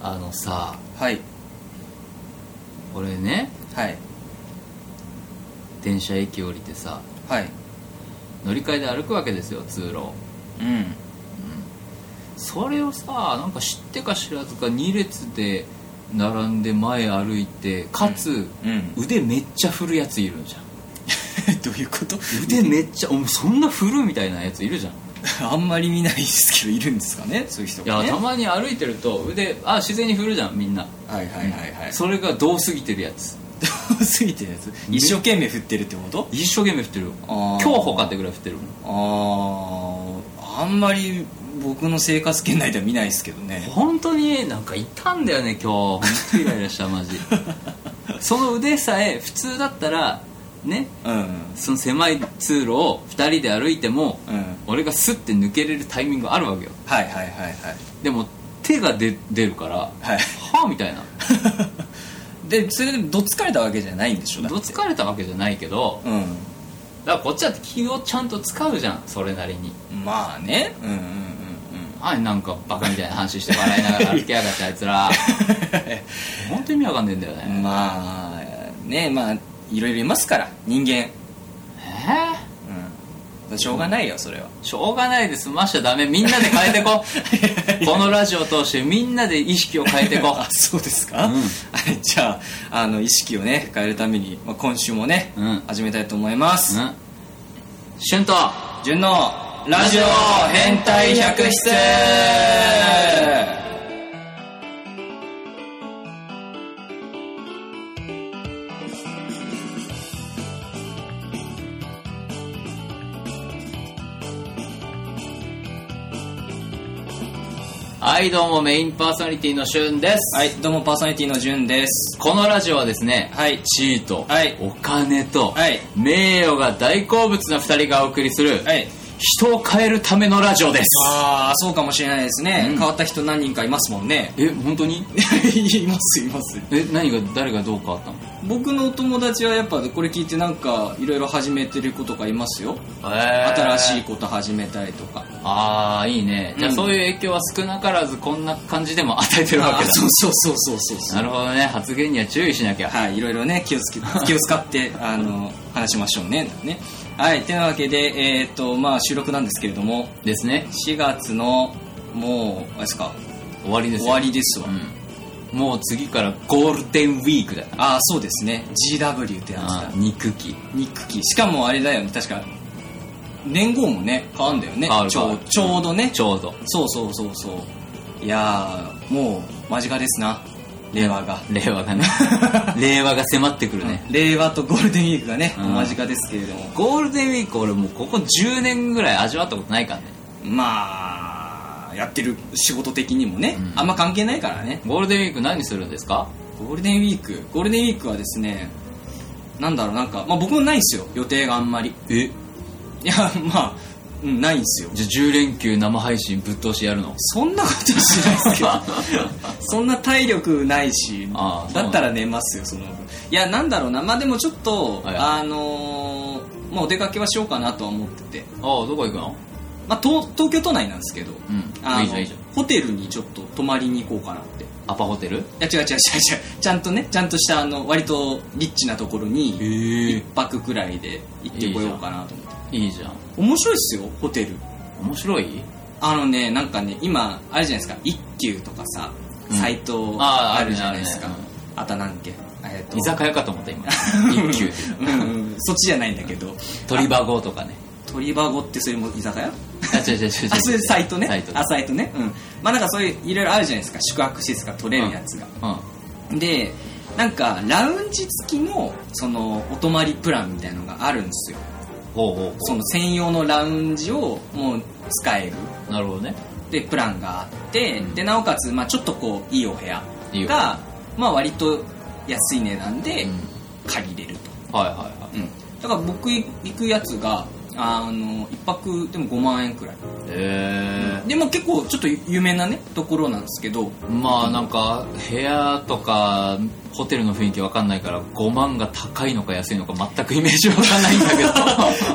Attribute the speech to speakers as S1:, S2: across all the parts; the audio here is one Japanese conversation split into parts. S1: あのさ
S2: はい
S1: 俺ね
S2: はい
S1: 電車駅降りてさ
S2: はい
S1: 乗り換えで歩くわけですよ通路を
S2: うん
S1: それをさなんか知ってか知らずか2列で並んで前歩いてかつ、
S2: うん
S1: 腕めっちゃ振るやついるじゃん
S2: どういうこと
S1: 腕めっちゃお前そんな振るみたいなやついるじゃん
S2: あんまり見ないですけどいるんですかねそういう人
S1: いや
S2: がね
S1: たまに歩いてると腕あ自然に振るじゃんみんな
S2: はいはいはいはい
S1: それが遠すぎてるやつ
S2: 遠すぎてるやつ一生懸命振ってるってこと
S1: 一生懸命振ってるよ
S2: あー
S1: 競歩かってぐらい振ってるもん
S2: あああんまり僕の生活圏内では見ないですけどね
S1: 本当になんかいたんだよね今日本当イライラしたマジその腕さえ普通だったらね
S2: うんうん
S1: その狭い通路を2人で歩いても、俺がスッて抜けれるタイミングがあるわけよ
S2: はいはいはいはい
S1: でも手が出出るからは
S2: はい
S1: あみたいな
S2: でそれでもどつかれたわけじゃないんでしょだって
S1: どつかれたわけじゃないけど
S2: う
S1: だからこっちだって気をちゃんと使うじゃんそれなりに
S2: んまあねうんうんうんうん
S1: あなんかバカみたいな話して笑いながら歩きやがってあいつら本当に意味わかんねえんだよね、
S2: まあねまあいろいろいますから人間、
S1: えー
S2: うん、しょうがないよそれは
S1: しょうがないで済ましちゃダメみんなで変えてこ このラジオを通してみんなで意識を変えてこ
S2: あそうですか、
S1: うん
S2: はいじゃああの意識をね変えるために、まあ、今週もね、
S1: うん
S2: 始めたいと思います、
S1: うん春と
S2: 順のラジオ変態百室
S1: はいどうもメインパーソナリティの春です、
S2: はいどうもパーソナリティの順です
S1: このラジオはですね、
S2: はい
S1: 地位と、
S2: はい
S1: お金と、
S2: はい
S1: 名誉が大好物な二人がお送りする、
S2: はい
S1: 人を変えるためのラジオです
S2: ああそうかもしれないですね、
S1: うん
S2: 変わった人何人かいますもんね
S1: え本当に
S2: いますいます
S1: え何が誰がどう変わったの
S2: 僕のお友達はやっぱこれ聞いてなんかいろいろ始めてる子とかいますよ、新しいこと始めたりとか
S1: ああいいねじゃあ、
S2: うん
S1: そういう影響は少なからずこんな感じでも与えてるわけ
S2: あ
S1: だ
S2: そうそうそうそうそうそう
S1: なるほどね発言には注意しなきゃ
S2: はいいろいろね気を つけ気を使ってあの話しましょうねねはいてなわけでえっ、とまあ収録なんですけれども
S1: ですね
S2: 4月のもうあれですか
S1: 終わりです
S2: 終
S1: よ
S2: わりですわ、
S1: うん、もう次からゴールデンウィークだ
S2: ああそうですね GW ってやつ
S1: あ
S2: だ
S1: ー肉期
S2: 肉期しかもあれだよね確か年号もね変わんだよね
S1: 変わる
S2: ちょ
S1: 変
S2: う
S1: わる
S2: ちょうどね
S1: ちょうど
S2: そうそうそうそういやーもう間近ですな令和が、
S1: 令和が ね令和が迫ってくるね、
S2: 令和とゴールデンウィークがね、
S1: うん
S2: 間近ですけれども
S1: ゴールデンウィーク俺もうここ10年ぐらい味わったことないからね
S2: まあやってる仕事的にもね、
S1: うん
S2: あんま関係ないからね
S1: ゴールデンウィーク何するんですか
S2: ゴールデンウィークゴールデンウィークはですねなんだろうなんか、まあ、僕もないんですよ予定があんまり
S1: え
S2: いや まあ、うん、ないんですよ
S1: じゃあ10連休生配信ぶっ通しやる の
S2: そんなことはしないですけど そんな体力ないし
S1: ああそうなんだ
S2: だったら寝ますよその分いやなんだろうなまあでもちょっと、
S1: はい
S2: あのーまあ、お出かけはしようかなとは思ってて、
S1: ああどこ行くの
S2: まあ、東東京都内なんですけど、
S1: うん
S2: あの
S1: いいじゃんいいじゃん
S2: ホテルにちょっと泊まりに行こうかなってい
S1: アパホテル
S2: や違う違う違う違うちゃんとねちゃんとしたあの割とリッチなところに
S1: え
S2: 一泊くらいで行ってこようかなと思って
S1: いいじゃん
S2: 面白いっすよホテル
S1: 面白い
S2: あのねなんかね今あれじゃないですか一休とかさ
S1: うん
S2: サイト
S1: あー
S2: あるじゃないですか、
S1: あ
S2: あ
S1: るね
S2: となんけえっ、
S1: 居酒屋かと思った今一級
S2: と、うんうん、そっちじゃないんだけど
S1: 鳥羽号とかね
S2: 鳥羽語ってそれも居酒屋
S1: あ違う違う違う違う
S2: あそれサイトね
S1: サイト
S2: あサイトねうんまあなんかそういういろいろあるじゃないですか宿泊施設が取れるやつが、
S1: うん
S2: でなんかラウンジ付きのそのお泊まりプランみたいのがあるんですよ
S1: ほうほう
S2: その専用のラウンジをもう使える
S1: ほうなるほどね
S2: でプランがあって、
S1: うん
S2: でなおかつ、まあ、ちょっとこういいお部屋
S1: いいよ
S2: がまあ、割と安い値段
S1: う
S2: で
S1: ん
S2: 借りれると、
S1: はいはいはい
S2: うんだから僕行くやつがあの1泊でも5万円くらい
S1: え
S2: でも結構ちょっと有名なねところなんですけど
S1: ー、まあなんか部屋とかホテルの雰囲気わかんないから5万が高いのか安いのか全くイメージわかんないんだけ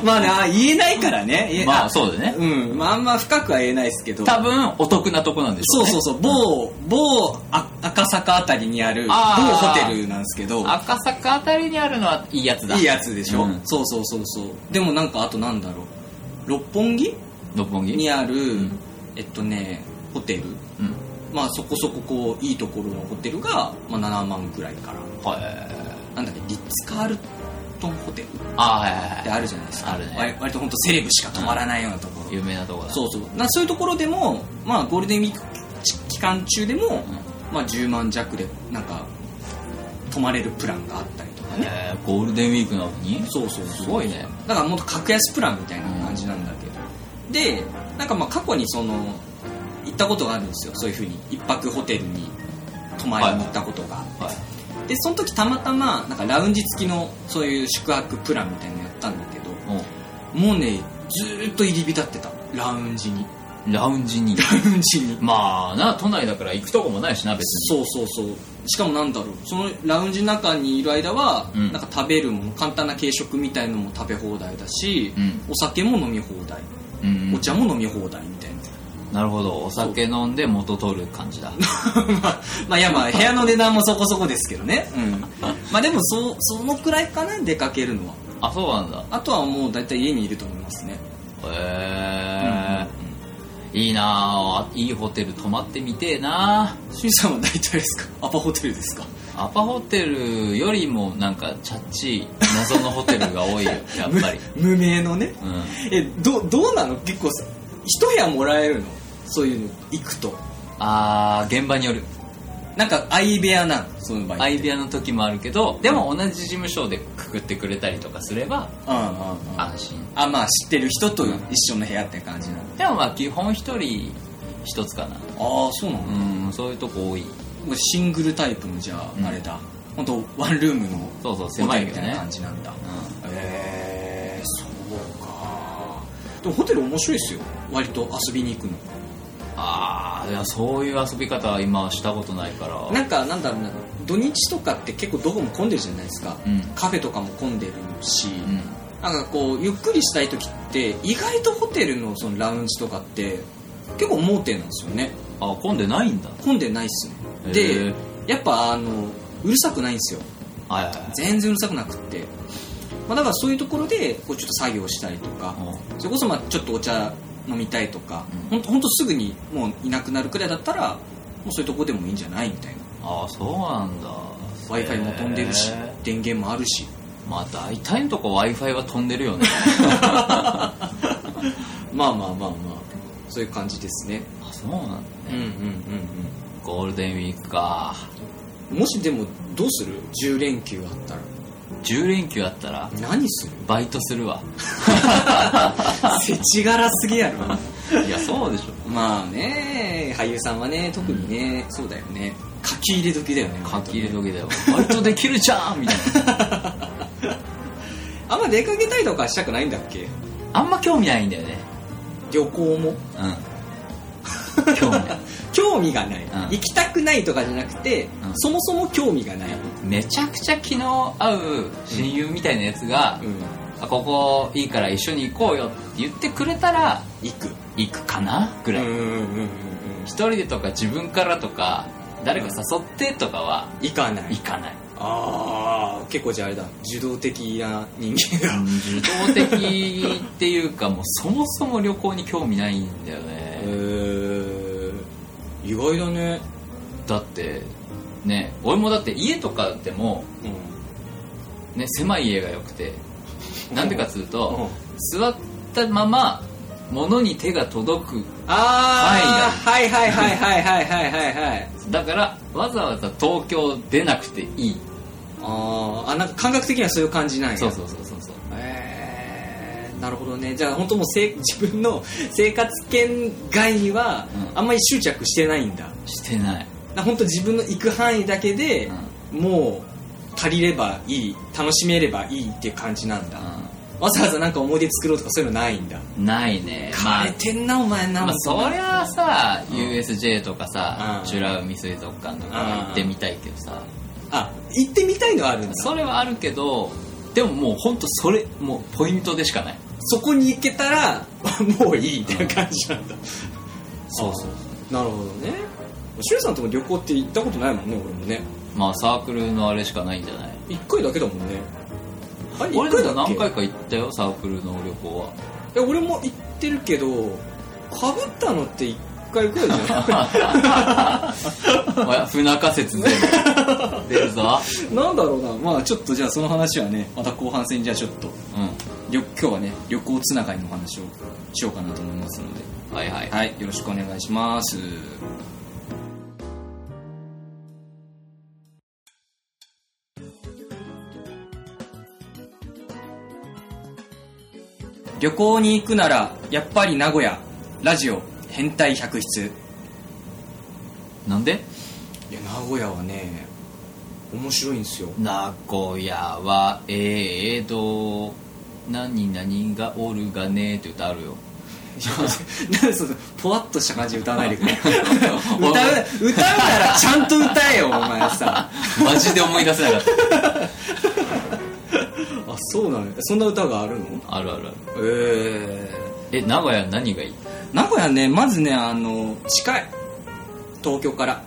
S1: ど
S2: まあねあ言えないからね言え
S1: まあそうだね
S2: うんまああんま深くは言えないですけど
S1: 多分お得なとこなんでしょ
S2: そうそうそう某某あ赤坂あたりにある某ホ
S1: あー
S2: テルなんですけど
S1: 赤坂あたりにあるのはいいやつだ
S2: いいやつでしょ、
S1: うん
S2: そうそうそうそうでもなんかあとなんだろう六本木
S1: 六本木
S2: にある、
S1: ん
S2: えっとねホテル
S1: うん
S2: まあそこそここういいところのホテルが、まあ、7万ぐらいから
S1: はい
S2: なんだっけリッツ・カールトンホテルっ
S1: あはいはい
S2: て
S1: は
S2: あるじゃないですか
S1: あるね
S2: 割割と本当セレブしか泊まらないようなところ、
S1: い有名なとこだ
S2: そうそうなそういうところでも、まあ、ゴールデンウィーク期間中でも、まあ、10万弱でなんか泊まれるプランがあったりとかね
S1: えーゴールデンウィークなのに
S2: そうそうそう
S1: すごいね
S2: だからもっと格安プランみたいな感じなんだけど、でなんかまあ過去にその行ったことがあるんですよそういうふうに一泊ホテルに泊まりに行ったことが、
S1: はい
S2: でその時たまたまなんかラウンジ付きのそういう宿泊プランみたいなのやったんだけど
S1: う
S2: もうねずーっと入り浸ってたラウンジに
S1: んラウンジ に
S2: ラウンジに
S1: まあな都内だから行くとこもないしな別に
S2: そうそうそうしかもなんだろうそのラウンジの中にいる間は、
S1: うん
S2: なんか食べるもの簡単な軽食みたいのも食べ放題だし、
S1: うん
S2: お酒も飲み放題、
S1: うん
S2: お茶も飲み放題みたいな
S1: なるほどお酒飲んで元取る感じだ
S2: まあ、まあ、いやまあ部屋の値段もそこそこですけどね、うん、まあでもそそのくらいかな出かけるのは
S1: あそうなんだ
S2: あとはもう大体家にいると思いますね
S1: へえいいなあいいホテル泊まってみてえな
S2: しゅんさんは大体ですかアパホテルですか
S1: アパホテルよりもなんかチャッチい謎のホテルが多 いよやっぱり
S2: 無無名のね
S1: うん
S2: えどどうなの結構さ一部屋もらえるのそういうの行くと
S1: あー現場による
S2: なんか相部屋なのその場合
S1: アイデアの時もあるけどでも同じ事務所でくくってくれたりとかすれば
S2: うんうんうん
S1: 安心
S2: あまあ知ってる人と一緒の部屋って感じなの
S1: でもまあ基本一人一つかな
S2: ああそうなの、
S1: うんそういうとこ多い
S2: シングルタイプのじゃあ、
S1: うん
S2: あれだ本当ワンルームの
S1: そうそう
S2: ホ
S1: 狭
S2: テ
S1: い
S2: ル
S1: け
S2: み
S1: ど
S2: たい
S1: ね
S2: な感じなんだ
S1: う
S2: へえそうかでもホテル面白いですよ割と遊びに行くの
S1: ああいやそういう遊び方は今はしたことないから
S2: なんかなんだろうな土日とかって結構どこも混んでるじゃないですか、
S1: うん
S2: カフェとかも混んでるし、
S1: うん
S2: なんかこうゆっくりしたい時って意外とホテルのそのラウンジとかって結構盲点なんですよね
S1: あ混んでないんだ
S2: 混んでないっすね
S1: へ
S2: で
S1: ー
S2: やっぱあのうるさくないんですよ
S1: はいはいはい
S2: 全然うるさくなくって、まあ、だからそういうところでこうちょっと作業したりとかそれこそまあちょっとお茶飲みたいとか
S1: うん
S2: ほんとほんとすぐにもういなくなるくらいだったらもうそういうとこでもいいんじゃないみたいな
S1: ああそうなんだ
S2: w i f i も飛んでるし
S1: へ
S2: 電源もあるし
S1: ーまあ大体のとこ w i f i は飛んでる よね
S2: まあまあまあまあそういう感じですね
S1: あそうなんだ
S2: うんうんうん
S1: ゴールデンウィークか
S2: うんもしでもどうする10連休あったら
S1: 10連休あったら
S2: 何する
S1: バイトするわ
S2: せちがらすぎやろ
S1: いやそうでしょ
S2: まあね俳優さんはね特にね、そうだよね書き入れ時だよね
S1: 書き入れ時だよバイトできるじゃんみたいな
S2: あんま出かけたりとかしたくないんだっけ
S1: あんま興味ないんだよね
S2: 旅行も
S1: うん興味ない
S2: 興味がない、
S1: ん
S2: 行きたくないとかじゃなくて、
S1: うん
S2: そもそも興味がない、
S1: めちゃくちゃ昨日会う親友みたいなやつが、
S2: うん、
S1: あここいいから一緒に行こうよって言ってくれたら
S2: 行く
S1: 行くかなぐ
S2: うん
S1: らい、
S2: うんうんうんうん
S1: 一人でとか自分からとか誰か誘ってとかは
S2: 行かない
S1: 行かない
S2: ああ結構じゃああれだ受動的な人間が
S1: 受動的っていうかもうそもそも旅行に興味ないんだよ
S2: へ
S1: ね、
S2: え意外だね
S1: だってね俺もだって家とかでも
S2: う
S1: ね狭い家が良くてなんでかっつう
S2: うん
S1: と座ったまま物に手が届く
S2: ああ、はい、はいはいはいはいはいはいはい
S1: だからわざわざ東京出なくていい
S2: あーあなんか感覚的にはそういう感じなんや
S1: そうそうそうそうそう
S2: えーなるほどねじゃあ本当もうせ い自分の生活圏外には
S1: うん
S2: あんまり執着してないんだ
S1: してない、
S2: な本当自分の行く範囲だけで
S1: うんうん、
S2: もう足りればいい楽しめればいいっていう感じなんだわざわざなんか思い出作ろうとかそういうのないんだ
S1: ないねま
S2: 枯
S1: あ
S2: れてんなお前な
S1: まあ、
S2: 本当
S1: そりゃあさ、
S2: うん
S1: USJ とかさ、
S2: うん
S1: 美ら海水族館とか行ってみたいけどさ、
S2: あ行ってみたいのはあるんだそ
S1: それはあるけどでももうほんとそれもうポイントでしかない
S2: こに行けた らもういいみたいな感じなんだ
S1: そうそう
S2: なるほどねシュウさんとも旅行って行ったことないもんね俺もね
S1: まあサークルのあれしかないんじゃない
S2: 1回だけだもんねあれ
S1: 俺
S2: 1
S1: で
S2: 回
S1: も
S2: だっけ
S1: 何回か行ったよサークルの旅行は
S2: え俺も行ってるけどかぶったのって1回ぐらいじゃな
S1: おや不仲説で 出るぞ
S2: いなんだろうなまあちょっとじゃあその話はねまた後半戦じゃあちょっと
S1: う
S2: 旅今日はね旅行つながりのお話をしようかなと思いますので
S1: んはいはい
S2: はいよろしくお願いします旅行に行くならやっぱり名古屋ラジオ変態百出
S1: なんで
S2: いや名古屋はね面白いんですよ
S1: 名古屋はええど何々がおるがねって歌あるよ
S2: なんでそのぽわっとした感 じで歌わないでくれ歌う歌うならちゃんと歌えよお前さ
S1: マジで思い出せなかっ
S2: あそうなのそんな歌があるの
S1: たあるあるある
S2: え
S1: え名古屋何がいい
S2: 名古屋ねまずねあの近い東京から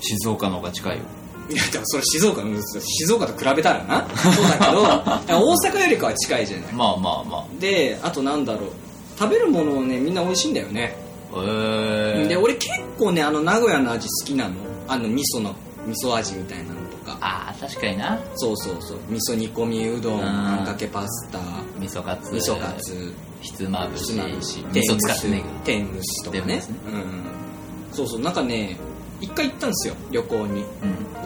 S1: 静岡の方が近いよ
S2: いやでもそれ静岡の静岡と比べたらなそうだけど 大阪よりかは近いじゃない
S1: まあまあま
S2: であとなんだろう食べるものをねみんな美味しいんだよね
S1: あええ
S2: で俺結構ねあの名古屋の味好きなのあの味噌の味噌味みたいなのとか
S1: ああ確かにな
S2: そうそうそう味噌煮込みうどん
S1: うん
S2: あんかけパスタ
S1: 味噌カツ
S2: 味噌カツ
S1: ひつまぶし
S2: ひつまぶし
S1: 味噌使ってね
S2: 天むしとか
S1: 天
S2: ね
S1: むしね
S2: うんそうそうなんかね一回行ったんですよ旅行に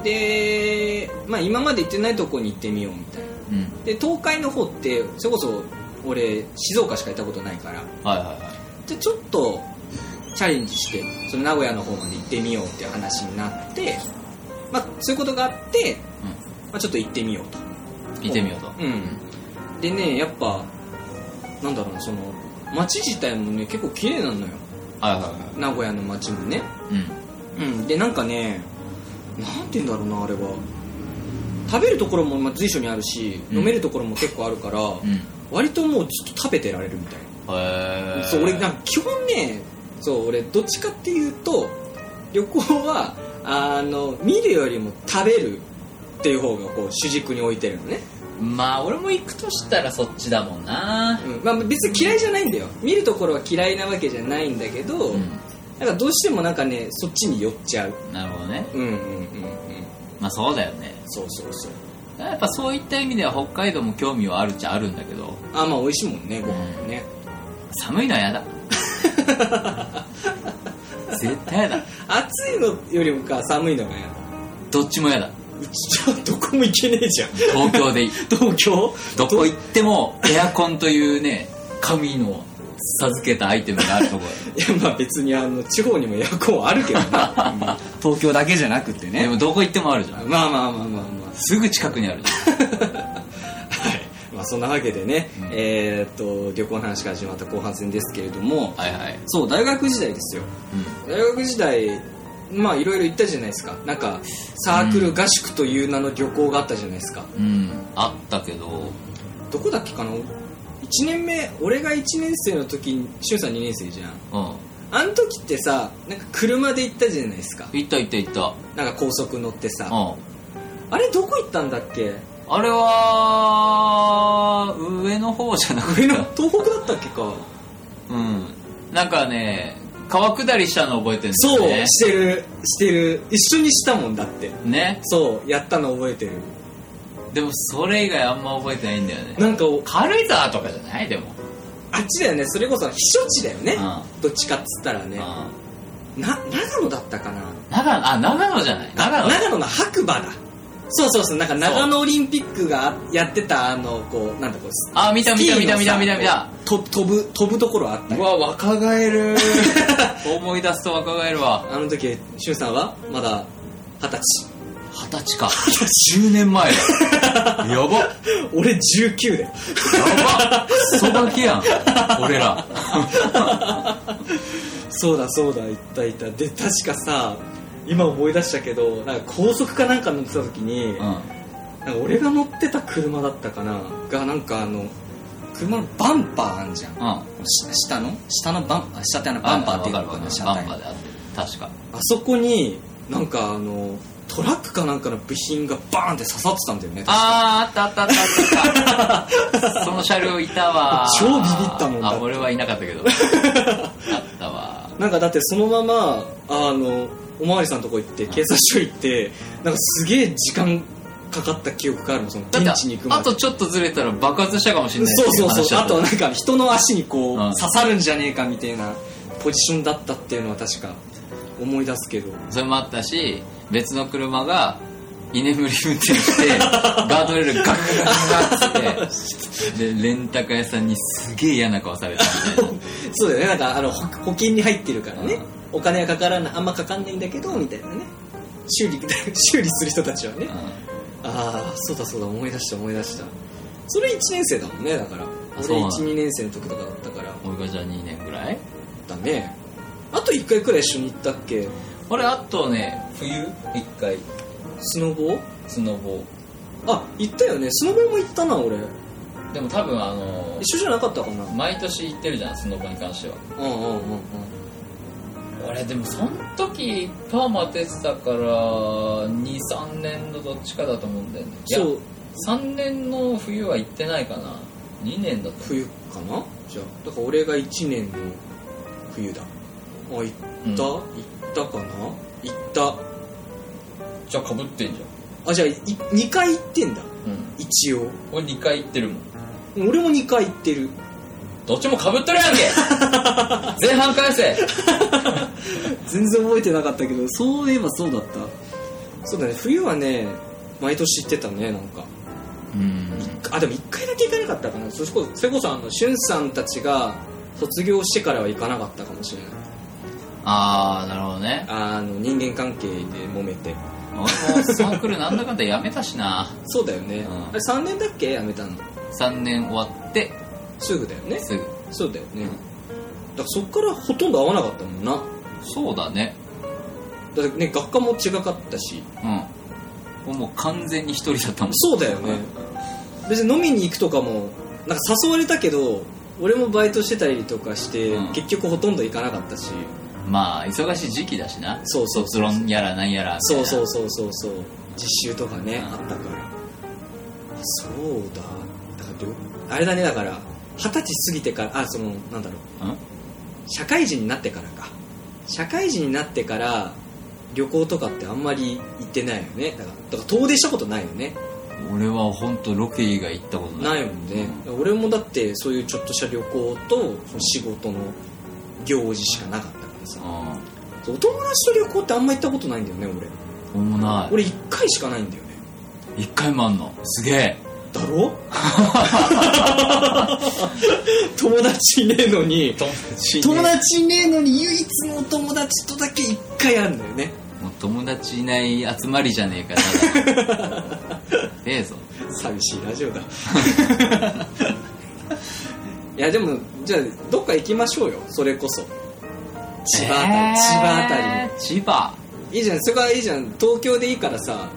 S1: え
S2: で、まあ、今まで行ってないとこに行ってみようみたいな
S1: うんうん
S2: で東海の方ってそれこそ俺静岡しか行ったことないから
S1: はいはいはい
S2: じゃあちょっとチャレンジしてその名古屋の方まで行ってみようっていう話になって、まあ、そういうことがあって、
S1: うん
S2: まあ、ちょっと行ってみようと
S1: 行ってみようと
S2: うん、でねやっぱなんだろうなその街自体もね結構綺麗なのよ
S1: はいはいは
S2: 名古屋の街もね、
S1: いうん
S2: うん、でなんかねなんて言うんだろうなあれは食べるところもまあ随所にあるし、
S1: うん
S2: 飲めるところも結構あるから、
S1: うん
S2: 割ともうずっと食べてられるみたい
S1: へ
S2: な、
S1: え
S2: そう俺なんか基本ねそう俺どっちかっていうと旅行はあの見るよりも食べるっていう方がこう主軸に置いてるのね
S1: まあ俺も行くとしたらそっちだもんな
S2: うんまあ、別に嫌いじゃないんだよ見るところは嫌いなわけじゃないんだけど、
S1: う
S2: なんかどうしてもなんかねそっちに寄っちゃうん
S1: なるほどね
S2: うんうんうんうん
S1: まあそうだよね
S2: そうそうそう
S1: やっぱそういった意味では北海道も興味はあるっちゃあるんだけど
S2: あまあ美味しいもんねご飯もね、
S1: 寒いのは 嫌だ絶対嫌だ
S2: 暑いのよりもか寒いのが嫌だ
S1: どっちも嫌だ
S2: うちじゃどこも行けねえじゃん
S1: 東京でいい
S2: 東京
S1: どこ行ってもエアコンというね神の授けたアイテムがあるところ
S2: いやまあ別にあの地方にもエアコンはあるけどなうん東京だけじゃなく て
S1: で
S2: ね
S1: もどこ行ってもあるじゃん
S2: まあまあまあまあまあ
S1: すぐ近くにあるじ
S2: はい、まあ、そんなわけでね、
S1: うん
S2: えーっと旅行の話が始まった後半戦ですけれども
S1: ゃんはいはい、
S2: そう大学時代ですよ
S1: うん、
S2: 大学時代まあいろいろ行ったじゃないですかなんかサークル合宿という名の旅行があったじゃないですか、
S1: うん、あったけど
S2: どこだっけかな1年目俺が1年生の時にしゅんさん2年生じゃん
S1: うん
S2: あの時ってさなんか車で行ったじゃないですか
S1: 行った行った行った
S2: なんか高速乗ってさ
S1: うん
S2: あれどこ行ったんだっけ
S1: あれは上の方じゃなくて
S2: 上の東北だったっけか
S1: うんなんかね川下りしたの覚えてるんだ
S2: そう
S1: よね
S2: してるしてる一緒にしたもんだって
S1: ね
S2: そうやったの覚えてる
S1: でもそれ以外あんま覚えてないんだよね
S2: なんかお
S1: 軽井沢とかじゃないでも
S2: あっちだよねそれこそ避暑地だよね
S1: うん
S2: どっちかっつったらね
S1: うん
S2: な長野だったかな
S1: 長野あ長野じゃない長野
S2: 長野の白馬だそうそうそうなんか長野オリンピックがやってたあのこうなんだこうス
S1: あ見た見
S2: キー
S1: た
S2: の
S1: 見た見た見た見た
S2: さこうと飛ぶ飛ぶところあったよ
S1: わ若返る 思い出すと若返るわ
S2: あの時しゅんさんはまだ二十歳
S1: 二十歳か10年前だやばや
S2: 俺19だよ
S1: ばクソガキやん俺ら
S2: そうだそうだいったいたで確かさ今思い出したけどなんか高速かなんか乗ってた時に、
S1: うん
S2: なんか俺が乗ってた車だったかながなんかあの車のバンパーあんじゃん
S1: うん
S2: し下の下のバンあ下ってあのバンパーっていうの
S1: わ
S2: か
S1: かるわかるバ
S2: な車体
S1: ンパーであってる確か
S2: あそこになんかあのトラックかなんかの部品がバーンって刺さってたんだよね確か
S1: あーあったあったあったあったその車両いたわ
S2: 超ビビったもんだって
S1: あ俺はいなかったけ どあったわ
S2: なんかだってそのままあのおまわりさんのとこ行って警察署行ってなんかすげえ時間かかった記憶があるのその
S1: だって
S2: 現地に行くま
S1: あ
S2: で
S1: とちょっとずれたら爆発したかもしれない
S2: そうそう
S1: ってい
S2: そう
S1: 話だ
S2: あ
S1: った
S2: となんか人の足に
S1: う
S2: こう
S1: ん
S2: 刺さるんじゃねえかみたいなポジションだったっていうのは確か思い出すけど
S1: それもあったし別の車が居眠り運 転してガードレールガンガンガンガンっつってでレンタカー屋さんにすげえ嫌な顔されたみ たいな
S2: そうだよねなんかあの保保険に入ってるからね
S1: うん
S2: お金はかからないあんまかかんないんだけどみたいなね修理 修理する人たちはねああそうだそうだ思い出した思い出したそれ1年生だもんねだから俺
S1: そうなんだ
S2: 12年生の時とかだったから
S1: 俺がじゃあ2年ぐらい
S2: だねあと1回くらい一緒に行ったっけ
S1: 俺あとね冬1回
S2: スノボ
S1: スノボ
S2: あ行ったよねスノボも行ったな俺
S1: でも多分あの
S2: 一緒じゃなかったかな
S1: 毎年行ってるじゃんスノボに関しては
S2: うんうんうんうん
S1: 俺でもその時パーマ当ててたから23年のどっちかだと思うんだよねいや
S2: そう
S1: 3年の冬は行ってないかな2年だと
S2: 冬かなじゃあだから俺が1年の冬だあ行っ
S1: 思う
S2: た、
S1: うん
S2: 行ったかな行った
S1: じゃあかぶってんじ
S2: あじゃあ2回行ってんだ
S1: ゃんうん
S2: 一応
S1: 俺2回行ってるもん
S2: 俺も2回行ってる
S1: どっちもかぶっとるやんけ 前半返せ
S2: 全然覚えてなかったけどそういえばそうだったそうだね冬はね毎年行ってたねなんか
S1: うん
S2: あでも1回だけ行かなかったかなそれこそそれこそあのしゅんさんたちが卒業してからは行かなかったかもしれない
S1: ああなるほどね
S2: あの人間関係で揉めて
S1: 俺もサークルなんだかんだやめたしな
S2: そうだよね、
S1: うん
S2: あれ3年だっけやめたの
S1: 3年終わって
S2: すぐだよね
S1: すぐ
S2: そうだよねだからそっからほとんど会わなかったもんな
S1: そうだね
S2: だってね学科も違かったし
S1: うんもう完全に一人だったもん
S2: そうだよね別に飲みに行くとかもなんか誘われたけど俺もバイトしてたりとかして、
S1: うん
S2: 結局ほとんど行かなかったし
S1: まあ忙しい時期だしな
S2: そうそう
S1: 卒
S2: そう
S1: 論やらなんやらみたい
S2: そ
S1: な
S2: うそうそうそうそう実習とかね、
S1: うん
S2: あったからそうだだからどうあれだねだから二十歳過ぎてからあそのなんだろ
S1: うん
S2: う社会人になってからか社会人になってから旅行とかってあんまり行ってないよねだからだから遠出したことないよね
S1: 俺は本当ロケ以外行ったことない
S2: ないもんね、俺もだってそういうちょっとした旅行とその仕事の行事しかなかったからさ
S1: うん
S2: そうお友達と旅行ってあんま行ったことないんだよね
S1: 俺もな
S2: 俺俺1回しかないんだよね
S1: い1回もあんのすげえ
S2: だ ろ友達いねえのに
S1: 友達
S2: 友達いねえのに唯一のお友達とだけ1回あるんだよね
S1: もう友達いない集まりじゃねえかた だええぞ
S2: 寂しいラジ オだいやでもじゃあどっか行きましょうよそれこそ千葉あたり、千葉あたりに
S1: り千葉
S2: いいじゃんそこはいいじゃん東京でいいからさ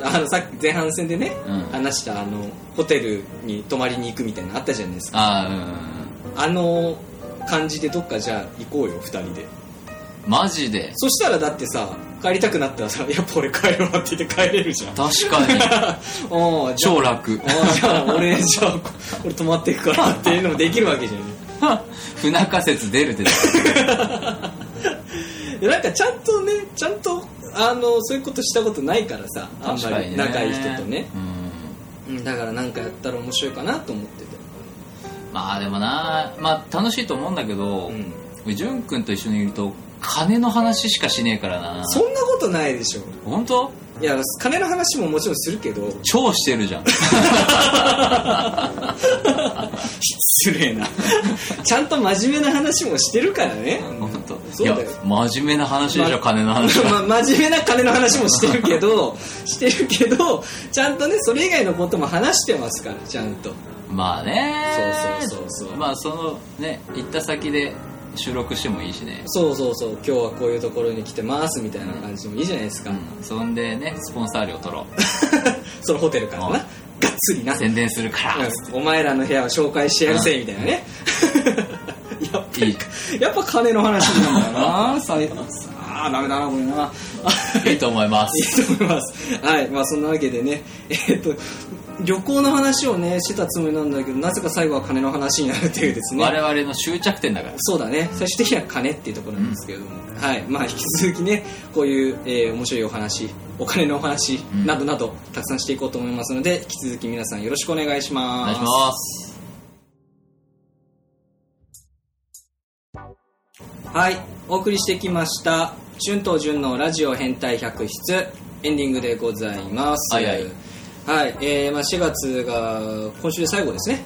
S2: あのさっき前半戦でね、
S1: うん
S2: 話したあのホテルに泊まりに行くみたいなのあったじゃないですか
S1: ああうん
S2: あの感じでどっかじゃあ行こうよ2人で
S1: マジで
S2: そしたらだってさ帰りたくなったらさ「 やっぱ俺帰るわ」って言って帰れるじゃん
S1: 確か に
S2: おーじゃあ
S1: 超楽
S2: おーじゃあ俺じゃあ俺泊まっていくからっていうのもできるわけじゃん
S1: 不仲説出るって
S2: いやなんかちゃんとねちゃんとあのそういうことしたことないからさあん
S1: 確
S2: ま
S1: かに
S2: り
S1: ね
S2: 仲いい人とね
S1: うん
S2: うんだからなんかやったら面白いかなと思ってて
S1: まあでもなまあ楽しいと思うんだけど
S2: うん
S1: 潤くんと一緒にいると金の話しかしねえからな
S2: そんなことないでしょ
S1: 本当
S2: いや金の話ももちろんするけど
S1: 超してるじゃん
S2: 失礼な ちゃんと真面目な話もしてるからね
S1: 本当
S2: そう
S1: いや
S2: だよ
S1: 真面目な話でしょ、
S2: ま
S1: 金の話 は
S2: ま、真面目な金の話もしてるけど してるけどちゃんとねそれ以外のことも話してますからちゃんと
S1: まあね
S2: そうそうそうそう
S1: まあそのね行った先で収録してもいいしね
S2: そうそうそう今日はこういうところに来てますみたいな感じでもいいじゃないですか、
S1: うんそんでねスポンサー料取ろ
S2: そのホテルからな
S1: うん
S2: がっつりな
S1: う宣伝するから、
S2: うんお前らの部屋を紹介してやるぜみたいなね やっぱり
S1: いい
S2: やっぱ金の話なんだなさいさああダメだなこれな
S1: いいと思いま
S2: い
S1: す。
S2: いと思いますはいまあそんなわけでねえっと旅行の話をねしてたつもりなんだけどなぜか最後は金の話になるっていうですね
S1: 我々の終着点だから。
S2: そうだね最終的には金っていうところなんですけれども、はいまあ、引き続きねこういう、えー面白いお話お金のお話
S1: うん
S2: などなどたくさんしていこうと思いますので引き続き皆さんよろしくお願いし
S1: お
S2: ま
S1: 願いし
S2: す
S1: ます。
S2: はいお送りしてきました春と潤のラジオ変態百室エンディングでございます
S1: はいはい
S2: はいえーまあ、4月が今週で最後ですね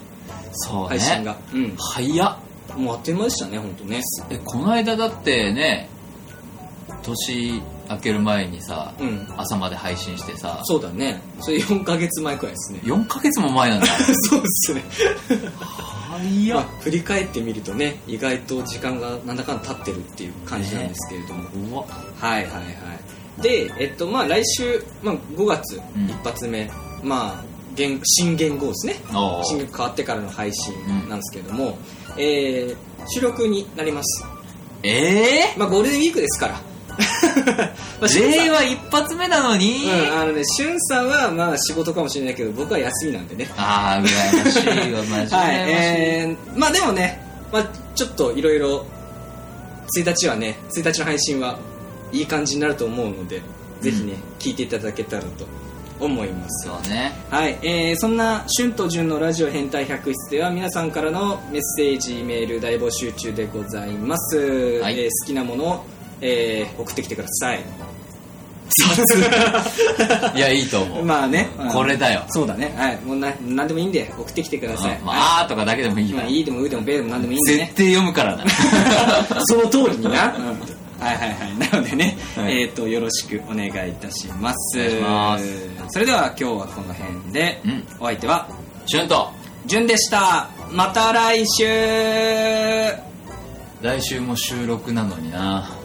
S1: そう
S2: 配信
S1: ね。
S2: が、うん
S1: 早っ。
S2: もうあっという間でしたね本当ね
S1: え、この間だってね、年明ける前にさ、
S2: うん
S1: 朝まで配信してさ、
S2: そうだねそれ4ヶ月前くら いですね
S1: 4ヶ月も前なんだ。
S2: そうですね
S1: 早
S2: まあ、振り返ってみるとね意外と時間がなんだかんだ経ってるっていう感じなんですけれども、
S1: うわ。
S2: はいはいはいでえっとまあ来週、まあ、5月
S1: うん
S2: 一発目、まあ言新元号ですね
S1: おー
S2: 新元号変わってからの配信なんですけれども、えー収録になります
S1: え
S2: まあゴールデンウィークですから まあ
S1: ー、
S2: 俊さん
S1: 令和一発目なのに、
S2: うん、あのね、しゅんさんはまあ仕事かもしれないけど、僕は休みなんでね。
S1: ああ、羨ましいわ、マジで。
S2: はい、
S1: 羨
S2: えー、まあでもね、まあちょっといろいろ、1日はね、1日の配信はいい感じになると思うので、ぜひね、聞いていただけたらと思いま
S1: ましい
S2: す。
S1: そうね。
S2: はい、えー、そんな、しゅんとじゅんのラジオ変態百室では皆さんからのメッセージ、メール、大募集中でございます。
S1: はい
S2: えー好きなものを、えー送ってきてください。
S1: いや、いいと思う。
S2: まあね、あの
S1: これだよ。
S2: そうだね。はい。もうな、なんでもいいんで、送ってきてください。
S1: うんまあ、あーとかだけでもいいわ
S2: 今、。いいでもうでもべーでもなんでもいいんでね
S1: 絶。対読むからな。
S2: その通りに な。うんはいはいはい。なのでね、
S1: はい
S2: えっ、と、よろしくお願いいたしま
S1: お
S2: す。
S1: 願いします
S2: それでは今日はこの辺で、
S1: うん
S2: お相手は、
S1: シュンと、
S2: じゅんでした。また来週
S1: 来週も収録なのにな。